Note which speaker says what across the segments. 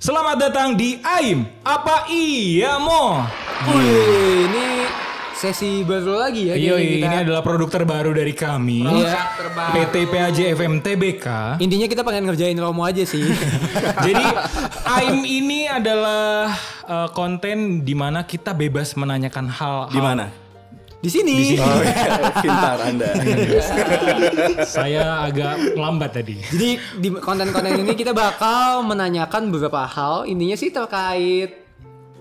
Speaker 1: Selamat datang di AIM. Apa iya mo?
Speaker 2: Wih, ini sesi baru lagi ya.
Speaker 1: Iya,
Speaker 2: kayaknya
Speaker 1: ini
Speaker 2: kita.
Speaker 1: adalah produk terbaru dari kami.
Speaker 2: Iya.
Speaker 1: PT PAJ FM TBK.
Speaker 2: Intinya kita pengen ngerjain Romo aja sih.
Speaker 1: Jadi AIM ini adalah eh, konten di mana kita bebas menanyakan hal-hal.
Speaker 3: Di mana?
Speaker 2: Di sini.
Speaker 3: Oh iya, pintar Anda.
Speaker 1: Saya agak lambat tadi.
Speaker 2: Jadi di konten-konten ini kita bakal menanyakan beberapa hal. Intinya sih terkait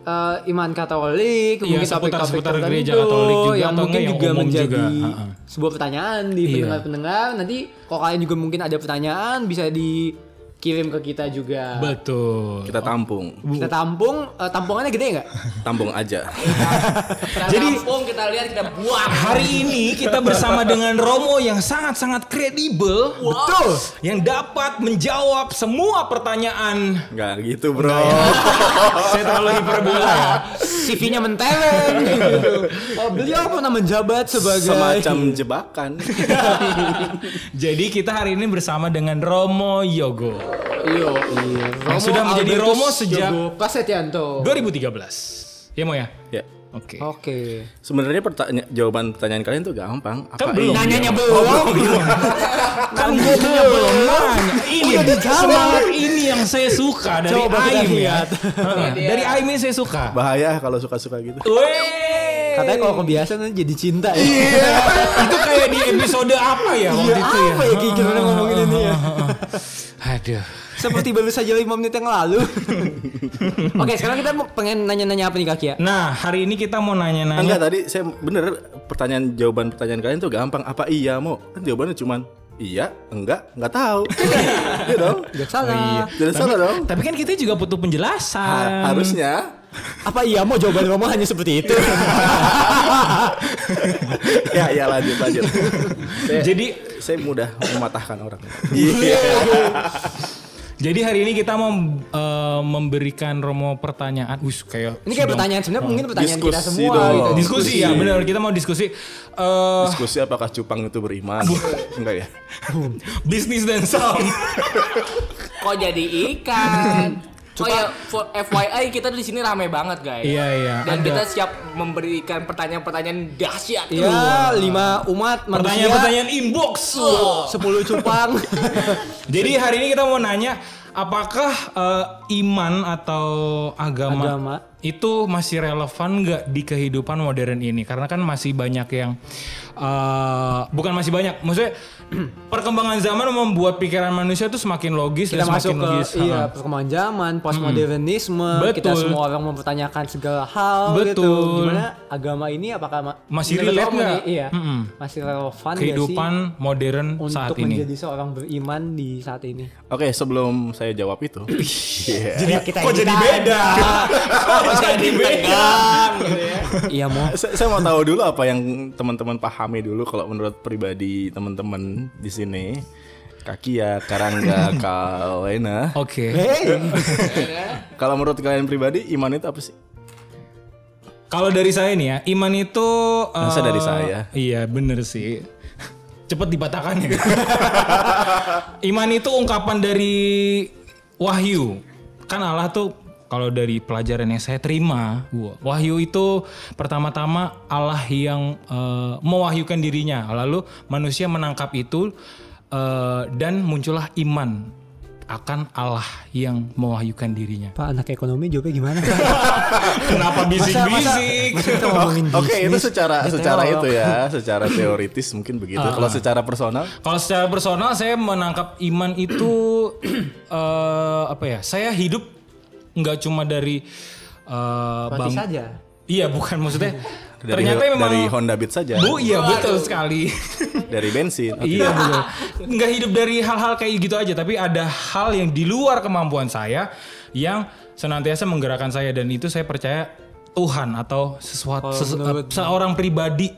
Speaker 2: eh, iman Katolik,
Speaker 1: Iya,
Speaker 2: mungkin
Speaker 1: seputar-
Speaker 2: topik-topik
Speaker 1: seputar
Speaker 2: tertentu
Speaker 1: gereja Katolik juga
Speaker 2: yang
Speaker 1: atau enggak
Speaker 2: mungkin
Speaker 1: yang
Speaker 2: juga
Speaker 1: umum
Speaker 2: menjadi
Speaker 1: juga. Ha-ha.
Speaker 2: sebuah pertanyaan di
Speaker 1: Iya.
Speaker 2: pendengar-pendengar. Nanti kalau kalian juga mungkin ada pertanyaan bisa dikirim ke kita juga.
Speaker 1: Betul.
Speaker 3: Kita tampung.
Speaker 2: Kita tampung, eh, tampungannya gede nggak?
Speaker 3: Tampung aja.
Speaker 2: Jadi tampung kita lihat kita buang.
Speaker 1: Hari ini kita bersama dengan Romo yang sangat-sangat kredibel, betul, yang dapat menjawab semua pertanyaan.
Speaker 3: Enggak gitu, Bro.
Speaker 1: Saya terlalu hiperbola ya.
Speaker 2: CV-nya mentereng gitu. Oh, beliau pernah menjabat
Speaker 3: ya,
Speaker 2: sebagai
Speaker 3: Semacam jebakan.
Speaker 1: Jadi kita hari ini bersama dengan Romo Yogo
Speaker 2: Iyo, iya.
Speaker 1: Yang sudah menjadi
Speaker 2: Albertus ya,
Speaker 1: Romo sejak-
Speaker 2: Yogo Prasetyanto.
Speaker 1: 2013. Iya mau ya?
Speaker 3: ya.
Speaker 1: Oke.
Speaker 2: Oh, Oke.
Speaker 3: Sebenarnya pertanya- jawaban pertanyaan kalian tuh gampang.
Speaker 1: Kan
Speaker 3: Apa
Speaker 1: belum.
Speaker 3: ini?
Speaker 2: Nanyanya
Speaker 1: Oh,
Speaker 2: belum.
Speaker 1: belum. kan gue belum nanya. Ini
Speaker 2: Udah dijawab.
Speaker 1: semangat ini yang saya suka dari
Speaker 2: Coba kita
Speaker 1: Aim ya.
Speaker 2: lihat.
Speaker 1: Heeh, dari Aim ini saya suka.
Speaker 3: Bahaya kalau suka-suka gitu.
Speaker 1: Wey.
Speaker 2: Katanya kalau kebiasaan nanti jadi cinta ya.
Speaker 1: itu kayak di episode apa ya waktu itu ya?
Speaker 2: apa ya Ki, kita udah ngomongin ini ya?
Speaker 1: Aduh.
Speaker 2: Seperti baru saja lima menit yang lalu. Oke, sekarang kita mau pengen nanya-nanya apa nih Kak Kia?
Speaker 1: Nah, hari ini kita mau
Speaker 3: Enggak
Speaker 1: nanya-nanya.
Speaker 3: tadi saya bener pertanyaan jawaban pertanyaan kalian tuh gampang. Apa iya mau? Kan jawabannya cuman iya, enggak, enggak tahu. Iya dong.
Speaker 2: Gak salah.
Speaker 3: Jadi salah dong.
Speaker 1: Tapi kan kita juga butuh penjelasan.
Speaker 3: Ha- harusnya
Speaker 2: Apa iya mau jawaban kamu hanya seperti itu?
Speaker 3: ya ya lanjut lanjut. Saya-
Speaker 1: Jadi
Speaker 3: saya mudah mematahkan orang. Iya.
Speaker 1: jadi hari ini kita mau eh, memberikan Romo pertanyaan. Us kayak
Speaker 2: ini kayak
Speaker 1: sudah-
Speaker 2: pertanyaan sebenarnya mungkin pertanyaan kita
Speaker 3: Diskusi
Speaker 2: semua
Speaker 3: dong.
Speaker 2: gitu.
Speaker 1: Diskusi, ya benar kita mau diskusi eh,
Speaker 3: Diskusi apakah cupang itu beriman? Enggak ya.
Speaker 1: bisnis dan saham.
Speaker 4: Kok jadi ikan? Oh ya, for FYI kita di sini rame banget guys.
Speaker 1: Iya, iya, ada.
Speaker 4: Dan kita siap memberikan pertanyaan-pertanyaan dahsyat.
Speaker 2: Ya, lima umat manusia.
Speaker 1: Pertanyaan-pertanyaan inbox.
Speaker 2: Sepuluh cupang.
Speaker 1: Jadi hari ini kita mau nanya apakah eh, iman atau agama,
Speaker 2: Agama.
Speaker 1: itu masih relevan nggak di kehidupan modern ini? Karena kan masih banyak yang eh, bukan masih banyak, maksudnya perkembangan zaman membuat pikiran manusia itu semakin logis dan
Speaker 2: kita
Speaker 1: semakin
Speaker 2: masuk ke
Speaker 1: logis.
Speaker 2: iya
Speaker 1: Ha.
Speaker 2: perkembangan zaman postmodernisme
Speaker 1: Mm-mm.
Speaker 2: kita
Speaker 1: Hmm. Betul.
Speaker 2: semua orang mempertanyakan segala hal gitu
Speaker 1: Betul.
Speaker 2: gimana agama ini apakah ma-
Speaker 1: Masih
Speaker 2: menurut
Speaker 1: relate
Speaker 2: kamu nih,
Speaker 1: nggak?
Speaker 2: iya
Speaker 1: Mm-mm.
Speaker 2: masih relevan nggak
Speaker 1: kehidupan modern
Speaker 2: sih
Speaker 1: saat
Speaker 2: untuk
Speaker 1: ini.
Speaker 2: menjadi seorang beriman di saat ini
Speaker 3: Oke, sebelum saya jawab itu. Iya.
Speaker 1: Jadi kok jadi beda? kok jadi beda? gitu ya.
Speaker 2: iya mau
Speaker 3: Saya, saya mau tahu dulu apa yang teman-teman pahami dulu kalau menurut pribadi teman-teman di sini. Kakia, Karangga, Kalena.
Speaker 2: Oh.
Speaker 1: Oke.
Speaker 2: Iya,
Speaker 3: Kalau menurut kalian pribadi iman itu apa sih?
Speaker 1: Kalau dari saya nih ya, iman itu eh,
Speaker 3: Masa dari saya?
Speaker 1: Iya, bener sih. Cepet dipatahkan ya. iman itu ungkapan dari wahyu. Kan Allah tuh kalau dari pelajaran yang saya terima, gua, wahyu itu pertama-tama Allah yang eh, mewahyukan dirinya. Lalu manusia menangkap itu eh, dan muncullah iman akan Allah yang mewahyukan dirinya.
Speaker 2: pak anak ekonomi jawabnya gimana
Speaker 1: Kenapa bisik-bisik?
Speaker 2: masa kita ngomongin
Speaker 3: Oke, itu
Speaker 2: bisnis?
Speaker 3: secara
Speaker 2: Kita
Speaker 3: secara
Speaker 2: ngomong-
Speaker 3: itu ya, secara teoritis mungkin begitu.
Speaker 2: Ah.
Speaker 3: Kalau secara personal
Speaker 1: Kalau secara personal saya menangkap iman itu eh apa ya? Saya hidup nggak cuma dari eh
Speaker 2: Berarti
Speaker 1: bang-
Speaker 2: saja
Speaker 1: Iya, bukan maksudnya.
Speaker 3: dari
Speaker 1: ternyata memang
Speaker 3: dari Honda Beat saja,
Speaker 1: Bu, iya betul sekali.
Speaker 3: dari bensin. Oke.
Speaker 1: iya betul. Nggak hidup dari hal-hal kayak gitu aja, tapi ada hal yang di luar kemampuan saya yang senantiasa menggerakkan saya dan itu saya percaya Tuhan atau sesuatu ses-
Speaker 2: Oh, menurut-
Speaker 1: seorang pribadi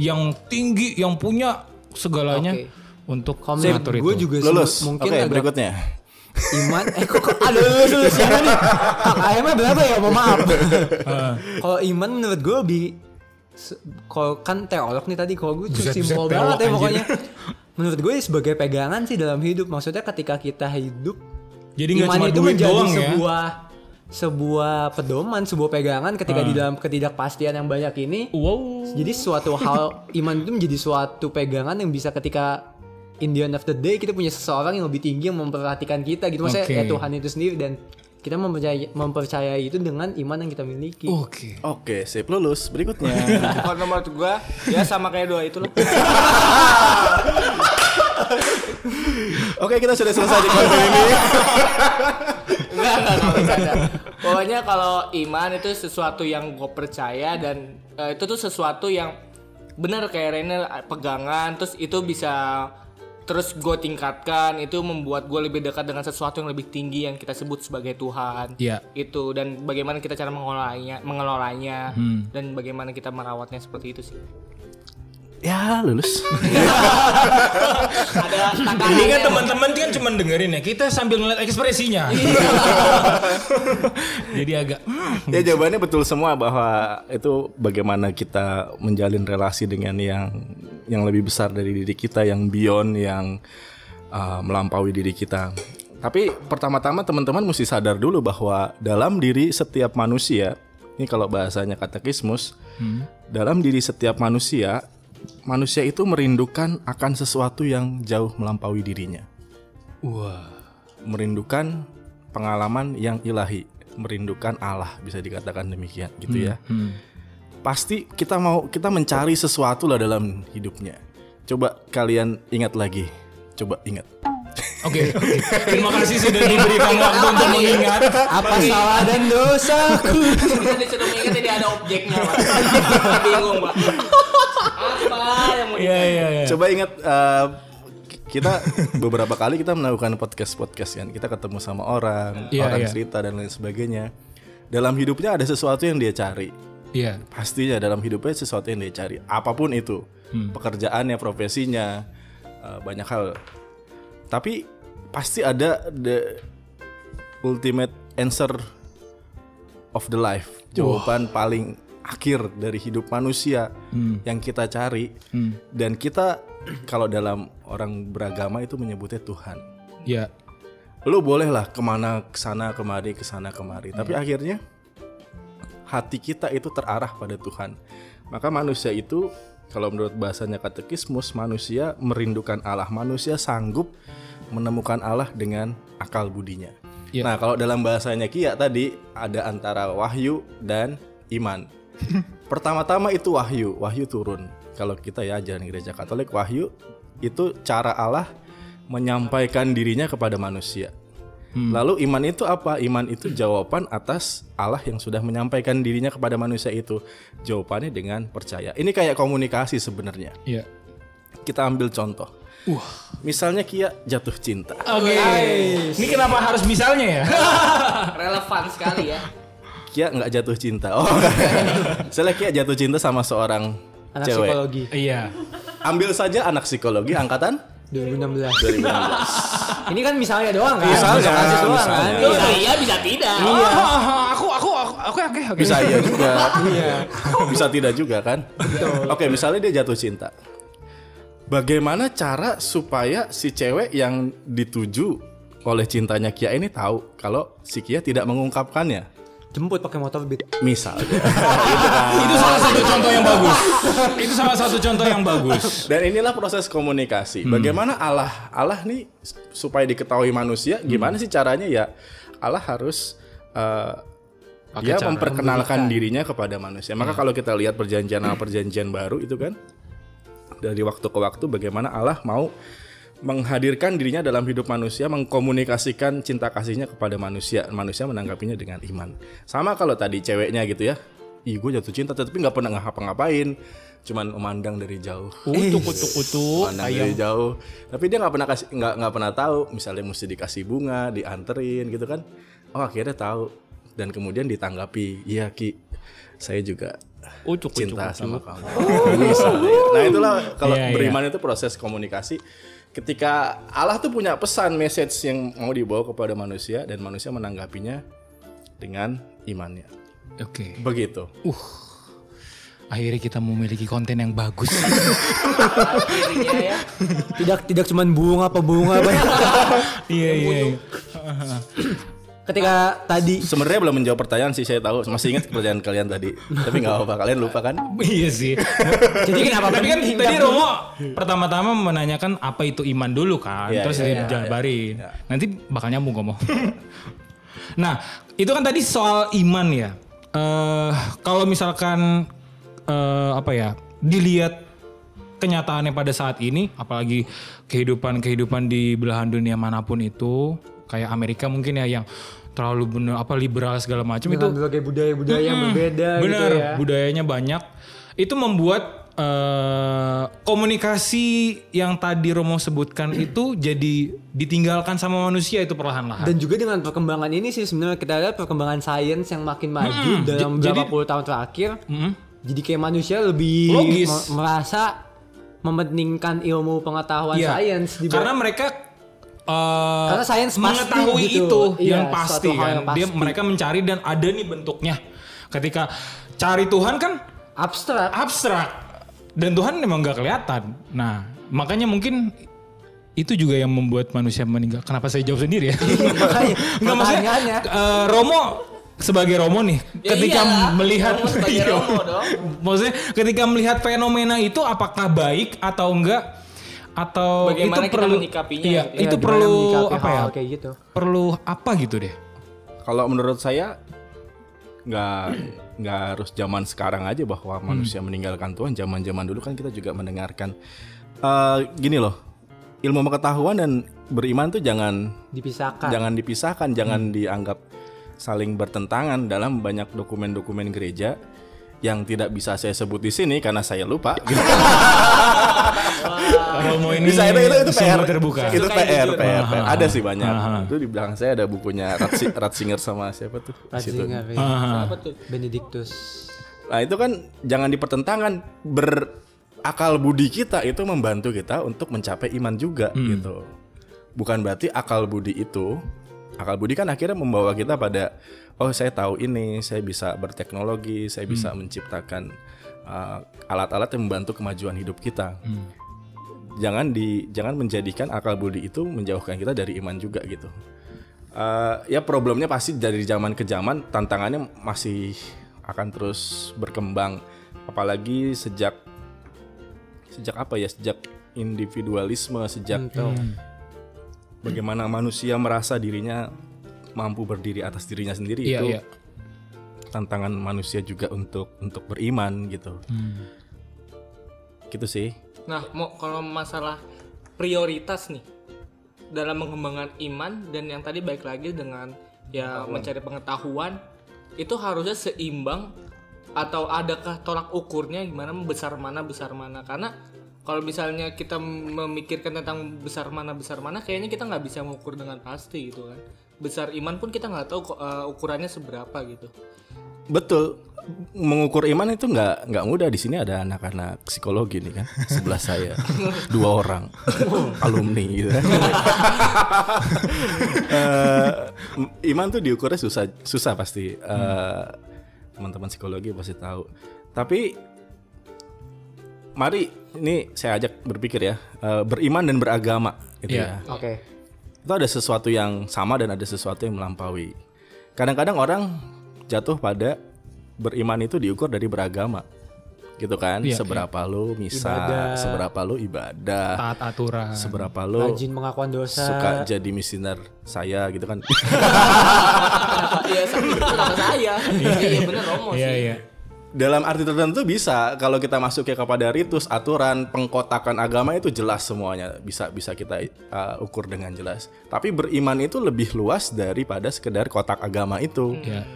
Speaker 1: yang tinggi yang punya segalanya
Speaker 2: Oke.
Speaker 1: untuk
Speaker 2: Kalau menurut
Speaker 1: mengatur
Speaker 2: gue
Speaker 1: itu.
Speaker 2: juga
Speaker 3: Lulus.
Speaker 2: sem-
Speaker 3: Oke,
Speaker 2: mungkin agak
Speaker 3: berikutnya.
Speaker 2: iman eh kok, kok ada lulus lulus yang nih Kak AM -nya berapa ya mau maaf kalau iman menurut gue lebih se- kalau kan teolog nih tadi kalau gue
Speaker 1: Buset, buset,
Speaker 2: simpel
Speaker 1: teolog,
Speaker 2: banget ya
Speaker 1: anjir.
Speaker 2: pokoknya menurut gue sebagai pegangan sih dalam hidup maksudnya ketika kita hidup
Speaker 1: Jadi nggak
Speaker 2: iman
Speaker 1: cuma
Speaker 2: itu
Speaker 1: duit
Speaker 2: menjadi
Speaker 1: doang ya?
Speaker 2: sebuah sebuah pedoman, sebuah pegangan ketika
Speaker 1: Hmm.
Speaker 2: di dalam ketidakpastian yang banyak ini.
Speaker 1: Wow.
Speaker 2: Jadi suatu hal iman itu menjadi suatu pegangan yang bisa ketika in the end of the day kita punya seseorang yang lebih tinggi yang memperhatikan kita gitu. Maksudnya
Speaker 1: Oke.
Speaker 2: ya Tuhan itu sendiri dan kita mempercayai mempercayai itu dengan iman yang kita miliki.
Speaker 3: Oh.
Speaker 1: Oke.
Speaker 3: Oke, sip lulus. Berikutnya.
Speaker 4: Kalau nomor gua ya sama kayak dua itu loh.
Speaker 3: Oke, kita sudah selesai di konten ini.
Speaker 4: Enggak, enggak, enggak, bercanda. Pokoknya kalau iman itu sesuatu yang gue percaya dan eh, itu tuh sesuatu yang benar kayak Renel eh, pegangan terus itu bisa terus gue tingkatkan itu membuat gue lebih dekat dengan sesuatu yang lebih tinggi yang kita sebut sebagai Tuhan
Speaker 1: Iya.
Speaker 4: itu dan bagaimana kita cara mengelolanya mengelolanya dan bagaimana kita merawatnya seperti itu sih
Speaker 3: Ya, lulus.
Speaker 4: ada
Speaker 1: Ini kan
Speaker 4: takarannya
Speaker 1: teman-teman kan cuma dengerin ya. Kita sambil ngeliat ekspresinya.
Speaker 2: Iya.
Speaker 1: Jadi agak hmm,
Speaker 3: ya jawabannya betul semua bahwa itu bagaimana kita menjalin relasi dengan yang yang lebih besar dari diri kita yang beyond yang uh, melampaui diri kita. Tapi pertama-tama teman-teman mesti sadar dulu bahwa dalam diri setiap manusia, ini kalau bahasanya katekismus, dalam diri setiap manusia, manusia itu merindukan akan sesuatu yang jauh melampaui dirinya merindukan pengalaman yang ilahi, merindukan Allah bisa dikatakan demikian
Speaker 1: Hmm,
Speaker 3: gitu ya. Pasti kita mau kita mencari sesuatu lah dalam hidupnya. Coba kalian ingat lagi, coba ingat.
Speaker 1: Oke, oke. terima kasih sudah diberikan waktu untuk mengingat.
Speaker 2: Apa salah dan dosaku?
Speaker 4: kita disuruh mengingat ini ada objeknya Pak. bingung pak apa yang mau
Speaker 1: Iya, iya, iya.
Speaker 3: Coba ingat eh, kita beberapa kali kita melakukan podcast podcast kan, kita ketemu sama orang,
Speaker 1: Iya,
Speaker 3: orang
Speaker 1: iya.
Speaker 3: cerita dan lain sebagainya. Dalam hidupnya ada sesuatu yang dia cari.
Speaker 1: Iya.
Speaker 3: pastinya dalam hidupnya sesuatu yang dia cari apapun itu pekerjaannya profesinya eh, banyak hal tapi pasti ada the ultimate answer of the life jawaban paling akhir dari hidup manusia yang kita cari dan kita kalau dalam orang beragama itu menyebutnya Tuhan
Speaker 1: Iya.
Speaker 3: lu bolehlah kemana kesana kemari kesana kemari tapi akhirnya hati kita itu terarah pada Tuhan maka manusia itu kalau menurut bahasanya katekismus manusia merindukan Allah manusia sanggup menemukan Allah dengan akal budinya
Speaker 1: Iya.
Speaker 3: nah kalau dalam bahasanya Kia tadi ada antara wahyu dan iman pertama-tama itu wahyu wahyu turun kalau kita ya ajaran gereja Katolik wahyu itu cara Allah menyampaikan dirinya kepada manusia. Lalu iman itu apa? Iman itu jawaban atas Allah yang sudah menyampaikan dirinya kepada manusia itu. Jawabannya dengan percaya. Ini kayak komunikasi sebenarnya.
Speaker 1: Iya.
Speaker 3: Kita ambil contoh. Misalnya Kia jatuh cinta.
Speaker 1: Oke. Ini kenapa harus misalnya ya?
Speaker 4: relevan sekali ya
Speaker 3: Kia nggak jatuh cinta. Oh. Misalnya Kia jatuh cinta sama seorang
Speaker 2: Anak
Speaker 3: cewek.
Speaker 2: psikologi
Speaker 1: Iya.
Speaker 3: Ambil saja anak psikologi angkatan
Speaker 2: 2016.
Speaker 3: 2016.
Speaker 2: Ini kan misalnya doang kan?
Speaker 3: Iya, Misalnya,
Speaker 2: Bisa kasus doang kan?
Speaker 3: misalnya.
Speaker 4: Bisa iya bisa tidak
Speaker 1: aku aku aku oke oke oke.
Speaker 3: bisa iya juga bisa tidak juga kan oke misalnya dia jatuh cinta bagaimana cara supaya si cewek yang dituju oleh cintanya Kia ini tahu kalau si Kia tidak mengungkapkannya
Speaker 2: Jemput pakai motor beat.
Speaker 3: misalnya
Speaker 1: Itu salah satu contoh yang bagus. Itu salah satu contoh yang bagus.
Speaker 3: dan inilah proses komunikasi bagaimana Allah Allah nih supaya diketahui manusia gimana sih caranya ya Allah harus eh, dia memperkenalkan dirinya kepada manusia. Maka kalau kita lihat perjanjian lama, perjanjian baru itu kan dari waktu ke waktu bagaimana Allah mau menghadirkan dirinya dalam hidup manusia, mengkomunikasikan cinta kasihnya kepada manusia. Manusia menanggapinya dengan iman. Sama kalau tadi ceweknya gitu ya. Ih gue jatuh cinta tapi nggak pernah ngapa-ngapain. Cuman memandang dari jauh.
Speaker 1: Utuk utuk utuk.
Speaker 3: Pandang dari jauh. Tapi dia nggak pernah kasih nggak nggak pernah tahu. Misalnya mesti dikasih bunga, dianterin gitu kan. Oh akhirnya tahu dan kemudian ditanggapi. Iya Ki, saya juga
Speaker 1: Ucuk
Speaker 3: cinta sama kamu. Misalnya. Nah itulah kalau
Speaker 1: Oh, Iya, iya.
Speaker 3: beriman itu proses komunikasi. Ketika Allah tuh punya pesan message yang mau dibawa kepada manusia dan manusia menanggapinya dengan imannya.
Speaker 1: Oke.
Speaker 3: Begitu.
Speaker 1: Uh. akhirnya kita memiliki konten yang bagus.
Speaker 4: Akhirnya ya.
Speaker 2: Tidak tidak cuman bunga apa bunga apa.
Speaker 1: Iya iya. iya.
Speaker 2: Ketika tadi
Speaker 3: Sebenarnya belum menjawab pertanyaan sih saya tahu masih ingat pertanyaan kalian tadi tapi nggak apa-apa kalian lupa kan
Speaker 1: Iya sih.
Speaker 2: jadi kenapa
Speaker 1: Tapi kan
Speaker 2: penting
Speaker 1: tadi
Speaker 2: dapur?
Speaker 1: Romo pertama-tama menanyakan apa itu iman dulu kan,
Speaker 3: Iya,
Speaker 1: terus
Speaker 3: iya,
Speaker 1: dia jabarin. Nanti bakal nyambung ngomong. nah, itu kan tadi soal iman ya. Eh kalau misalkan eh apa ya, dilihat kenyataannya pada saat ini, apalagi kehidupan-kehidupan di belahan dunia manapun itu, kayak Amerika mungkin ya yang terlalu bener apa liberal segala macam itu
Speaker 2: Dengan berbagai budaya-budaya yang berbeda gitu
Speaker 1: Bener,
Speaker 2: ya.
Speaker 1: budayanya banyak. Itu membuat eh, komunikasi yang tadi Romo sebutkan itu jadi ditinggalkan sama manusia itu perlahan-lahan.
Speaker 2: Dan juga dengan perkembangan ini sih sebenarnya kita lihat perkembangan sains yang makin maju
Speaker 1: Mm-mm. J-
Speaker 2: dalam beberapa
Speaker 1: jadi-
Speaker 2: puluh tahun terakhir.
Speaker 1: Mm-mm.
Speaker 2: Jadi kayak manusia lebih
Speaker 1: Logis.
Speaker 2: me- merasa mementingkan ilmu pengetahuan
Speaker 1: Iya.
Speaker 2: sains di
Speaker 1: Karena mereka eh,
Speaker 2: Karena sains pasti
Speaker 1: mengetahui
Speaker 2: gitu.
Speaker 1: itu
Speaker 2: Iya,
Speaker 1: yang pasti
Speaker 2: suatu hal
Speaker 1: kan.
Speaker 2: yang
Speaker 1: Dia
Speaker 2: pasti.
Speaker 1: mereka mencari dan ada nih bentuknya. Ketika cari Tuhan kan
Speaker 2: abstrak.
Speaker 1: abstrak dan Tuhan memang nggak kelihatan. Nah, makanya mungkin itu juga yang membuat manusia meninggal. Kenapa saya jawab sendiri ya?
Speaker 2: Makanya,
Speaker 1: Nggak maksudnya
Speaker 2: pertanyaannya.
Speaker 1: eh, Romo sebagai Romo nih
Speaker 4: Ya
Speaker 1: ketika
Speaker 4: iyalah,
Speaker 1: melihat
Speaker 4: Romo sebagai
Speaker 1: Iya.
Speaker 4: Romo dong.
Speaker 1: Maksudnya ketika melihat fenomena itu apakah baik atau enggak atau itu
Speaker 4: Bagaimana kita
Speaker 1: perlu
Speaker 4: menyikapinya
Speaker 1: Iya,
Speaker 4: gitu
Speaker 2: ya,
Speaker 1: itu
Speaker 2: gimana
Speaker 1: perlu
Speaker 2: menyikapi
Speaker 1: apa ya?
Speaker 2: hal-hal kayak gitu.
Speaker 1: Perlu apa gitu deh.
Speaker 3: Kalau menurut saya nggak nggak harus zaman sekarang aja bahwa
Speaker 1: Hmm.
Speaker 3: manusia meninggalkan Tuhan. Zaman zaman dulu kan kita juga mendengarkan Eh, gini loh ilmu pengetahuan dan beriman tuh jangan
Speaker 1: Kan.
Speaker 2: Dipisahkan.
Speaker 3: jangan dipisahkan, jangan
Speaker 1: Hmm.
Speaker 3: dianggap saling bertentangan dalam banyak dokumen-dokumen gereja yang tidak bisa saya sebut di sini karena saya lupa.
Speaker 4: Ah.
Speaker 1: Romo Oh, ini
Speaker 3: Bisa itu itu, itu
Speaker 1: sumber
Speaker 3: PR
Speaker 1: terbuka.
Speaker 3: Itu
Speaker 4: Suka yang
Speaker 3: PR,
Speaker 4: jujur.
Speaker 3: PR,
Speaker 1: Aha.
Speaker 3: Ada sih banyak.
Speaker 1: Aha.
Speaker 3: Itu di belakang saya ada bukunya Ratzi- Ratzinger sama siapa tuh? di situ.
Speaker 2: Ratzinger, ya.
Speaker 1: Ah,
Speaker 4: Apa tuh?
Speaker 2: Benedictus.
Speaker 3: Nah itu kan jangan dipertentangkan berakal budi kita itu membantu kita untuk mencapai iman juga gitu. Bukan berarti akal budi itu akal budi kan akhirnya membawa kita pada oh saya tahu ini saya bisa berteknologi saya bisa menciptakan uh, alat-alat yang membantu kemajuan hidup kita. Jangan di jangan menjadikan akal budi itu menjauhkan kita dari iman juga gitu. Eh, ya problemnya pasti dari zaman ke zaman tantangannya masih akan terus berkembang apalagi sejak sejak apa ya sejak individualisme
Speaker 1: Ya.
Speaker 3: sejak
Speaker 1: Hmm.
Speaker 3: bagaimana manusia merasa dirinya mampu berdiri atas dirinya sendiri
Speaker 1: Iya,
Speaker 3: itu
Speaker 1: iya.
Speaker 3: tantangan manusia juga untuk untuk beriman gitu
Speaker 1: Hmm.
Speaker 3: gitu sih
Speaker 4: Nah, mau kalau masalah prioritas nih dalam mengembangkan iman dan yang tadi baik lagi dengan ya mencari pengetahuan itu harusnya seimbang atau adakah tolak ukurnya gimana besar mana besar mana karena kalau misalnya kita memikirkan tentang besar mana besar mana kayaknya kita nggak bisa mengukur dengan pasti gitu kan besar iman pun kita nggak tahu ko- eh, ukurannya seberapa gitu
Speaker 3: betul mengukur iman itu nggak nggak mudah di sini ada anak-anak psikologi nih kan sebelah saya dua orang alumni gitu kan. Eh, iman tuh diukurnya susah susah pasti Eh, teman-teman psikologi pasti tahu tapi mari ini saya ajak berpikir ya eh, beriman dan beragama gitu
Speaker 1: Iya.
Speaker 3: ya
Speaker 2: Oke.
Speaker 3: itu ada sesuatu yang sama dan ada sesuatu yang melampaui. Kadang-kadang orang jatuh pada beriman itu diukur dari beragama. Gitu kan?
Speaker 1: Iya,
Speaker 3: seberapa lu misa, seberapa lu ibadah,
Speaker 1: taat aturan.
Speaker 3: seberapa lu
Speaker 2: Rajin pengakuan dosa.
Speaker 3: suka jadi misioner saya gitu kan.
Speaker 4: Iya, sama sama saya. Iya, bener Romo
Speaker 1: Iya
Speaker 4: sih.
Speaker 1: iya.
Speaker 3: Dalam arti tertentu bisa kalau kita masuk ya kepada ritus, aturan, pengkotakan agama itu jelas semuanya bisa bisa kita uh, ukur dengan jelas. Tapi beriman itu lebih luas daripada sekedar kotak agama itu.
Speaker 1: Iya.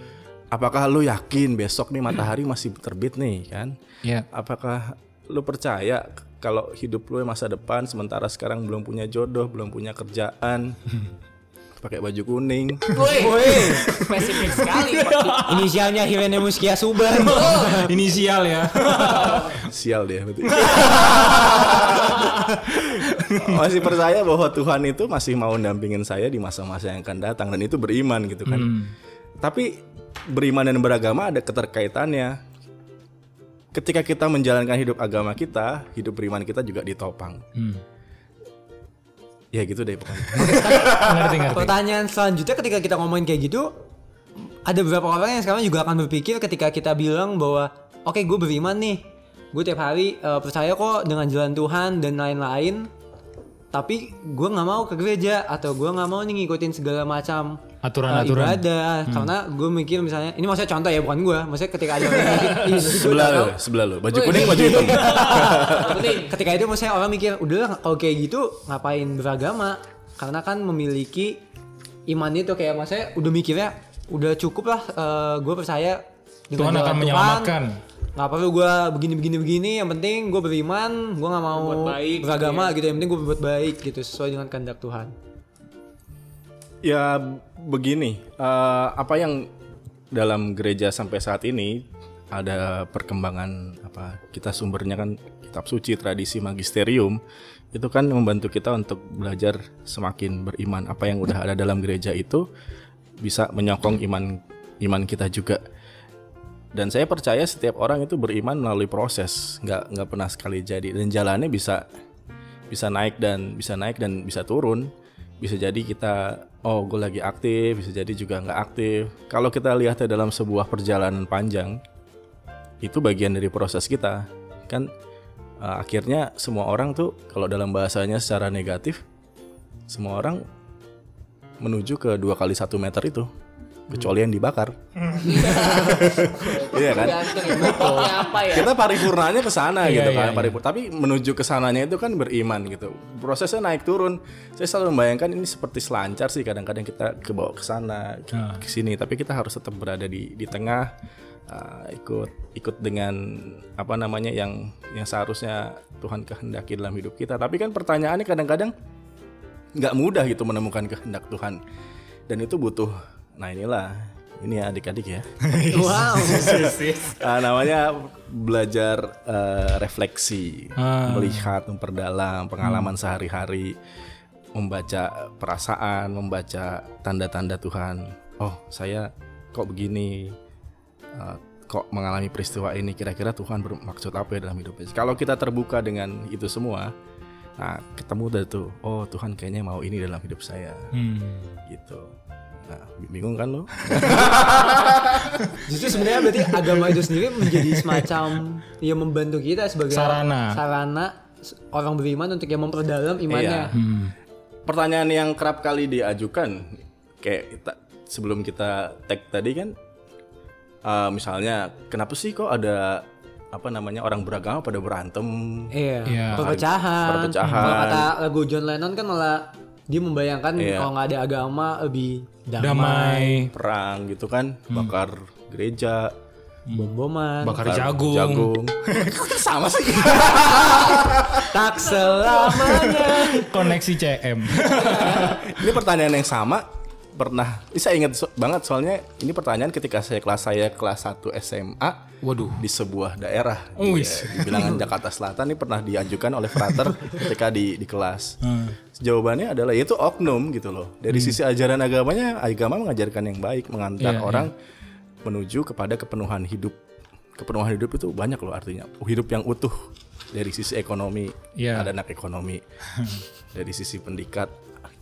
Speaker 3: apakah lu yakin besok nih matahari masih terbit nih kan?
Speaker 1: Iya.
Speaker 3: Apakah lu percaya k- kalau hidup lu masa depan sementara sekarang belum punya jodoh, belum punya kerjaan, pakai baju kuning?
Speaker 4: Woi,
Speaker 2: Woi,
Speaker 4: spesifik sekali.
Speaker 2: inisialnya Hirene Muskia Suban.
Speaker 1: Inisial ya.
Speaker 3: Sial dia berarti. masih percaya bahwa Tuhan itu masih mau dampingin saya di masa-masa yang akan datang dan itu beriman gitu kan. Tapi beriman dan beragama ada keterkaitannya. ketika kita menjalankan hidup agama kita, hidup beriman kita juga ditopang.
Speaker 1: Hmm.
Speaker 3: Ya gitu deh pokoknya.
Speaker 1: Ngerti ngerti.
Speaker 2: Pertanyaan selanjutnya ketika kita ngomongin kayak gitu, ada beberapa orang yang sekarang juga akan berpikir ketika kita bilang bahwa oke gue beriman nih, gue tiap hari eh, percaya kok dengan jalan Tuhan dan lain-lain, tapi gue nggak mau ke gereja atau gue nggak mau nih ngikutin segala macam
Speaker 1: Aturan-aturan. Hmm.
Speaker 2: eh, ibadah karena gue mikir misalnya ini maksudnya contoh ya bukan gue, maksudnya ketika ada orang gitu, mikir, "Ih, gue
Speaker 3: sebelah lo, sebelah lo. Baju kuning, baju hitam.
Speaker 2: ketika itu maksudnya orang mikir udahlah kalau kayak gitu ngapain beragama karena kan memiliki iman itu kayak maksudnya udah mikirnya udah cukup lah gue percaya dengan
Speaker 1: Tuhan akan
Speaker 2: jalan
Speaker 1: menyelamatkan.
Speaker 2: nggak perlu gue begini begini begini yang penting gue beriman gue nggak mau
Speaker 4: Berbuat baik gitu
Speaker 2: beragama gitu, yang penting gue berbuat baik gitu sesuai dengan kehendak Tuhan
Speaker 3: Ya begini, eh, apa yang dalam gereja sampai saat ini ada perkembangan apa kita sumbernya kan kitab suci, tradisi, magisterium itu kan membantu kita untuk belajar semakin beriman apa yang udah ada dalam gereja itu bisa menyokong iman iman kita juga. Dan saya percaya setiap orang itu beriman melalui proses, nggak nggak pernah sekali jadi dan jalannya bisa bisa naik dan bisa naik dan bisa turun. Bisa jadi kita oh gue lagi aktif, bisa jadi juga nggak aktif. Kalau kita lihatnya dalam sebuah perjalanan panjang, itu bagian dari proses kita kan. eh, akhirnya semua orang tuh kalau dalam bahasanya secara negatif, semua orang menuju ke dua kali satu meter itu kecuali yang dibakar. Iya kan?
Speaker 4: Ganteng ya, pokoknya apa ya?
Speaker 3: kita paripurnanya ke sana
Speaker 1: Iya,
Speaker 3: gitu
Speaker 1: iya,
Speaker 3: kan
Speaker 1: iya.
Speaker 3: paripur- tapi menuju ke sananya itu kan beriman gitu prosesnya naik turun saya selalu membayangkan ini seperti selancar sih kadang-kadang kita kebawa ke sana ke
Speaker 1: Ah.
Speaker 3: ke sini tapi kita harus tetap berada di di tengah uh, ikut ikut dengan apa namanya yang yang seharusnya Tuhan kehendaki dalam hidup kita tapi kan pertanyaannya kadang-kadang nggak mudah gitu menemukan kehendak Tuhan dan itu butuh nah inilah ini ya adik-adik ya
Speaker 2: wow
Speaker 3: Ah, namanya belajar eh, refleksi, melihat, memperdalam pengalaman sehari-hari, membaca perasaan, membaca tanda-tanda Tuhan. Oh, saya kok begini, Eh, kok mengalami peristiwa ini. Kira-kira Tuhan bermaksud apa ya dalam hidupnya? Kalau kita terbuka dengan itu semua, nah ketemu dah tuh. Oh, Tuhan kayaknya mau ini dalam hidup saya,
Speaker 1: Hmm.
Speaker 3: gitu. Nah, bingung kan lo?
Speaker 2: justru sebenarnya berarti agama itu sendiri menjadi semacam yang membantu kita sebagai
Speaker 1: Sarana.
Speaker 2: sarana orang beriman untuk yang memperdalam imannya
Speaker 3: Iya.
Speaker 1: hmm.
Speaker 3: Pertanyaan yang kerap kali diajukan kayak kita, sebelum kita tag tadi kan eh, misalnya kenapa sih kok ada apa namanya orang beragama pada berantem?
Speaker 2: Iya.
Speaker 1: Iya.
Speaker 2: Perpecahan.
Speaker 3: Perpecahan.
Speaker 2: Kalau kata lagu John Lennon kan malah dia membayangkan
Speaker 3: Iya.
Speaker 2: kalau nggak ada agama lebih damai,
Speaker 1: Damai,
Speaker 3: Perang gitu kan, bakar gereja,
Speaker 2: bom-boman,
Speaker 1: bakar
Speaker 3: bakar
Speaker 1: jagung.
Speaker 3: jagung. Sama sih.
Speaker 2: tak selamanya.
Speaker 1: Koneksi CM.
Speaker 3: ini pertanyaan yang sama pernah ini saya ingat so- banget soalnya ini pertanyaan ketika saya kelas saya kelas 1 SMA
Speaker 1: Waduh.
Speaker 3: di sebuah daerah
Speaker 1: Oh,
Speaker 3: di, eh,
Speaker 1: wis.
Speaker 3: di bilangan Jakarta Selatan ini pernah diajukan oleh frater ketika di di kelas
Speaker 1: Hmm.
Speaker 3: jawabannya adalah yaitu oknum gitu loh dari sisi ajaran agamanya agama mengajarkan yang baik
Speaker 1: Iya,
Speaker 3: mengantar orang menuju kepada kepenuhan hidup kepenuhan hidup itu banyak loh artinya hidup yang utuh dari sisi ekonomi
Speaker 1: Iya.
Speaker 3: ada anak ekonomi dari sisi pendikat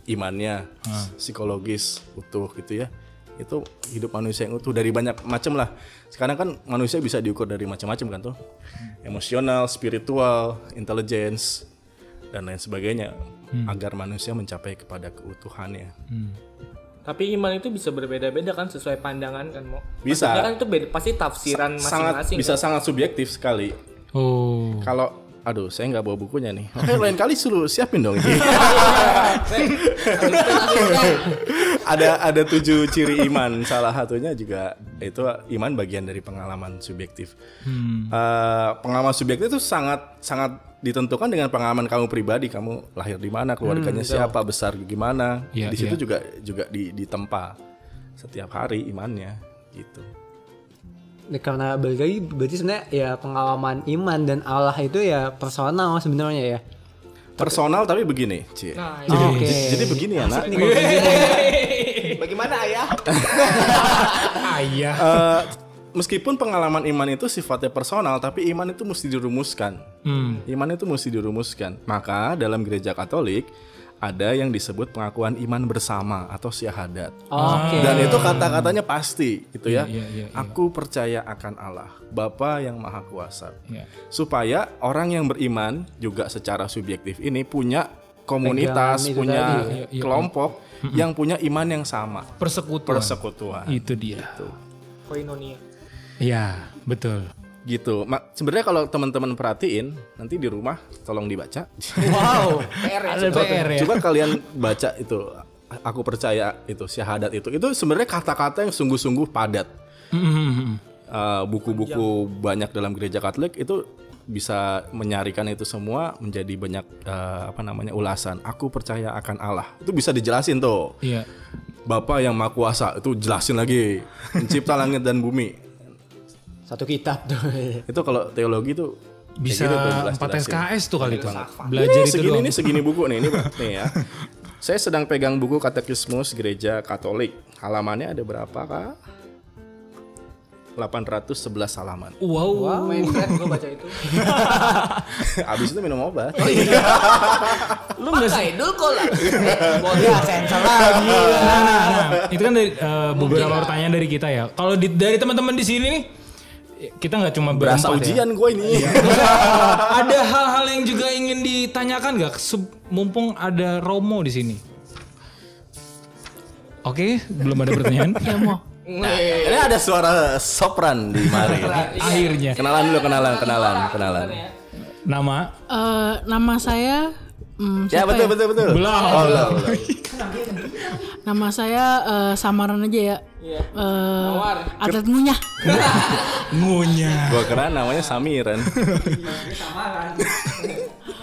Speaker 3: imannya psikologis utuh gitu ya itu hidup manusia yang utuh dari banyak macam lah sekarang kan manusia bisa diukur dari macam-macam kan tuh emosional spiritual intelligence dan lain sebagainya agar manusia mencapai kepada keutuhannya
Speaker 4: Tapi iman itu bisa berbeda-beda kan sesuai pandangan kan mau.
Speaker 3: Bisa.
Speaker 4: Maksudnya kan itu beda, pasti tafsiran
Speaker 3: sangat
Speaker 4: masing-masing. ya.
Speaker 3: bisa sangat subjektif sekali
Speaker 1: Oh.
Speaker 3: kalau aduh saya nggak bawa bukunya nih oke lain kali suruh siapin dong ini. ada ada tujuh ciri iman salah satunya juga itu iman bagian dari pengalaman subjektif Eh, pengalaman subjektif itu sangat sangat ditentukan dengan pengalaman kamu pribadi kamu lahir di mana keluarganya siapa besar gimana
Speaker 1: Iya,
Speaker 3: di situ
Speaker 1: iya.
Speaker 3: juga juga di ditempa setiap hari imannya gitu
Speaker 2: Nah, karena balik lagi berarti sebenarnya ya pengalaman iman dan Allah itu ya personal sebenarnya ya.
Speaker 3: personal tapi begini cie
Speaker 4: Nah,
Speaker 2: Oke.
Speaker 1: Jadi-
Speaker 3: jadi begini ya nak
Speaker 4: Bagaimana ayah?
Speaker 1: Ah, Ayah.
Speaker 3: Eh, meskipun pengalaman iman itu sifatnya personal, tapi iman itu mesti dirumuskan.
Speaker 1: Hmm.
Speaker 3: Iman itu mesti dirumuskan. Maka dalam gereja Katolik ada yang disebut pengakuan iman bersama atau syahadat.
Speaker 2: Oke.
Speaker 3: Dan itu kata-katanya pasti, gitu ya.
Speaker 1: Oh. Iya, iya, iya.
Speaker 3: Aku percaya akan Allah, Bapa yang Maha Kuasa.
Speaker 1: Iya.
Speaker 3: Supaya orang yang beriman juga secara subjektif ini punya komunitas,
Speaker 2: Pegangan itu
Speaker 3: punya
Speaker 2: tadi.
Speaker 1: Iya, iya,
Speaker 3: kelompok yang punya iman yang sama.
Speaker 1: Persekutuan.
Speaker 3: Persekutuan.
Speaker 1: Itu dia.
Speaker 4: kan, Koinonia.
Speaker 1: Iya, betul.
Speaker 3: gitu. Ma- Sebenarnya kalau teman-teman perhatiin nanti di rumah tolong dibaca.
Speaker 4: Wow, PR ya.
Speaker 1: Ada PR ya.
Speaker 3: Coba kalian baca itu. Aku percaya itu syahadat itu. Itu sebenarnya kata-kata yang sungguh-sungguh padat.
Speaker 1: Mm, Mm-mm.
Speaker 3: Eh, Buku-buku
Speaker 1: Iya.
Speaker 3: banyak dalam gereja Katolik itu bisa menyarikan itu semua menjadi banyak eh, apa namanya ulasan. Aku percaya akan Allah. Itu bisa dijelasin tuh.
Speaker 1: Iya.
Speaker 3: Bapak yang Maha Kuasa itu jelasin lagi. Mencipta langit dan bumi.
Speaker 2: Satu kitab tuh.
Speaker 3: Itu kalau teologi tuh kayak
Speaker 1: Bisa
Speaker 3: gitu tuh, jelas-
Speaker 1: 4
Speaker 3: jelasin.
Speaker 1: SKS tuh kali itu. Belajar
Speaker 3: Ini
Speaker 1: itu
Speaker 3: segini
Speaker 1: doang.
Speaker 3: nih segini buku nih ini nih ya. Saya sedang pegang buku Katekismus Gereja Katolik. Halamannya ada berapa kak? 811 halaman.
Speaker 1: Wow.
Speaker 4: Wow, Minecraft gue baca itu.
Speaker 3: Abis itu minum obat.
Speaker 1: Lu nggak sih?
Speaker 4: Kayak dulu lah.
Speaker 2: Ya sensor
Speaker 1: Nah,
Speaker 2: lagi.
Speaker 1: nah, nah. itu kan dari eh, beberapa pertanyaan dari kita ya. Kalau di- dari teman-teman di sini nih, kita nggak cuma berempat
Speaker 3: Berasa
Speaker 1: ya.
Speaker 3: ujian gue ini.
Speaker 1: ada hal-hal yang juga ingin ditanyakan nggak? Se- Mumpung ada Romo di sini. Oke, belum ada pertanyaan. ya mau.
Speaker 3: ini ada suara sopran di mari.
Speaker 1: Akhirnya
Speaker 3: Iya. kenalan dulu, kenalan, kenalan, kenalan.
Speaker 1: nama
Speaker 5: Eh, nama saya hmm,
Speaker 3: Ya betul, betul, betul.
Speaker 1: belum.
Speaker 3: Oh, belum, belum.
Speaker 5: nama saya eh, samaran aja ya. Eh, atlet ngunyah.
Speaker 1: Ngunyah.
Speaker 3: Gua kira namanya Samiran.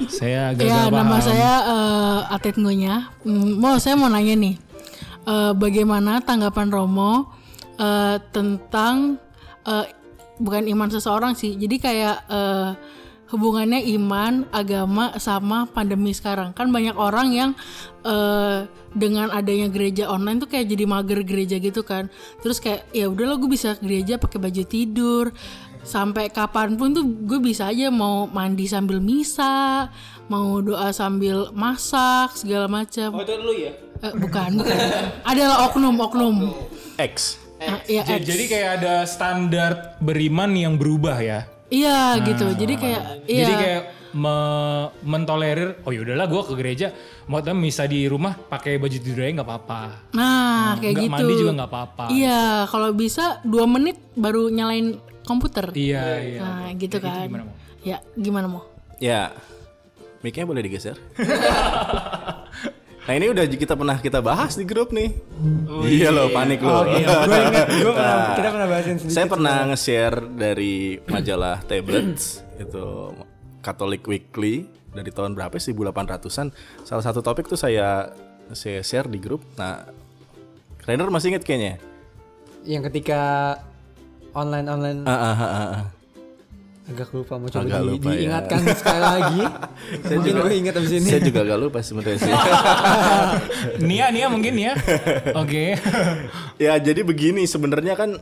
Speaker 1: Saya agak
Speaker 5: ya,
Speaker 1: agak
Speaker 5: nama
Speaker 1: paham.
Speaker 5: saya eh, atlet ngunyah. Hmm, mau saya mau nanya nih. eh, bagaimana tanggapan Romo eh, tentang eh, bukan iman seseorang sih. Jadi kayak eh, hubungannya iman, agama sama pandemi sekarang. Kan banyak orang yang eh, dengan adanya gereja online tuh kayak jadi mager gereja gitu kan. Terus kayak ya udahlah gue bisa ke gereja pakai baju tidur. Sampai kapanpun tuh gue bisa aja mau mandi sambil misa, mau doa sambil masak segala macam.
Speaker 4: Oh itu dulu ya.
Speaker 5: Eh, bukan, bukan. Adalah oknum, oknum.
Speaker 3: X.
Speaker 5: Ah, Iya,
Speaker 1: Ja-
Speaker 5: X.
Speaker 1: Jadi kayak ada standar beriman yang berubah ya.
Speaker 5: Iya gitu. Jadi kayak iya.
Speaker 1: Jadi kayak me- mentolerir, oh yaudahlah gue ke gereja, mau tapi bisa di rumah pakai baju tidur aja nggak apa-apa.
Speaker 5: nah,
Speaker 1: Ah,
Speaker 5: kayak
Speaker 1: nggak
Speaker 5: gitu.
Speaker 1: mandi juga nggak apa-apa.
Speaker 5: Iya, kalau bisa dua menit baru nyalain komputer.
Speaker 1: Iya, iya.
Speaker 5: Nah, gitu kan.
Speaker 1: gimana, Mo?
Speaker 5: ya, gimana mau?
Speaker 3: Ya, mic-nya boleh digeser. nah ini udah kita pernah kita bahas di grup nih.
Speaker 2: Oh,
Speaker 3: iya loh, panik loh. Nah,
Speaker 2: Gue iya. ingat, gue pernah, kita pernah bahasin sedikit.
Speaker 3: Saya pernah nge-share dari majalah Tablets itu Catholic Weekly dari tahun berapa sih 1800-an. Salah satu topik tuh saya saya share di grup. Nah, Rainer masih inget kayaknya.
Speaker 2: Yang ketika online online
Speaker 3: Ah, ah, ah, ah, ah.
Speaker 2: agak lupa mau coba
Speaker 3: Agak
Speaker 2: di-
Speaker 3: lupa ya.
Speaker 2: diingatkan sekali lagi. Mungkin gue ingat abis ini.
Speaker 3: Saya juga gak lupa sebenarnya sih.
Speaker 1: Nia, Nia mungkin ya. Oke.
Speaker 3: ya jadi begini sebenarnya kan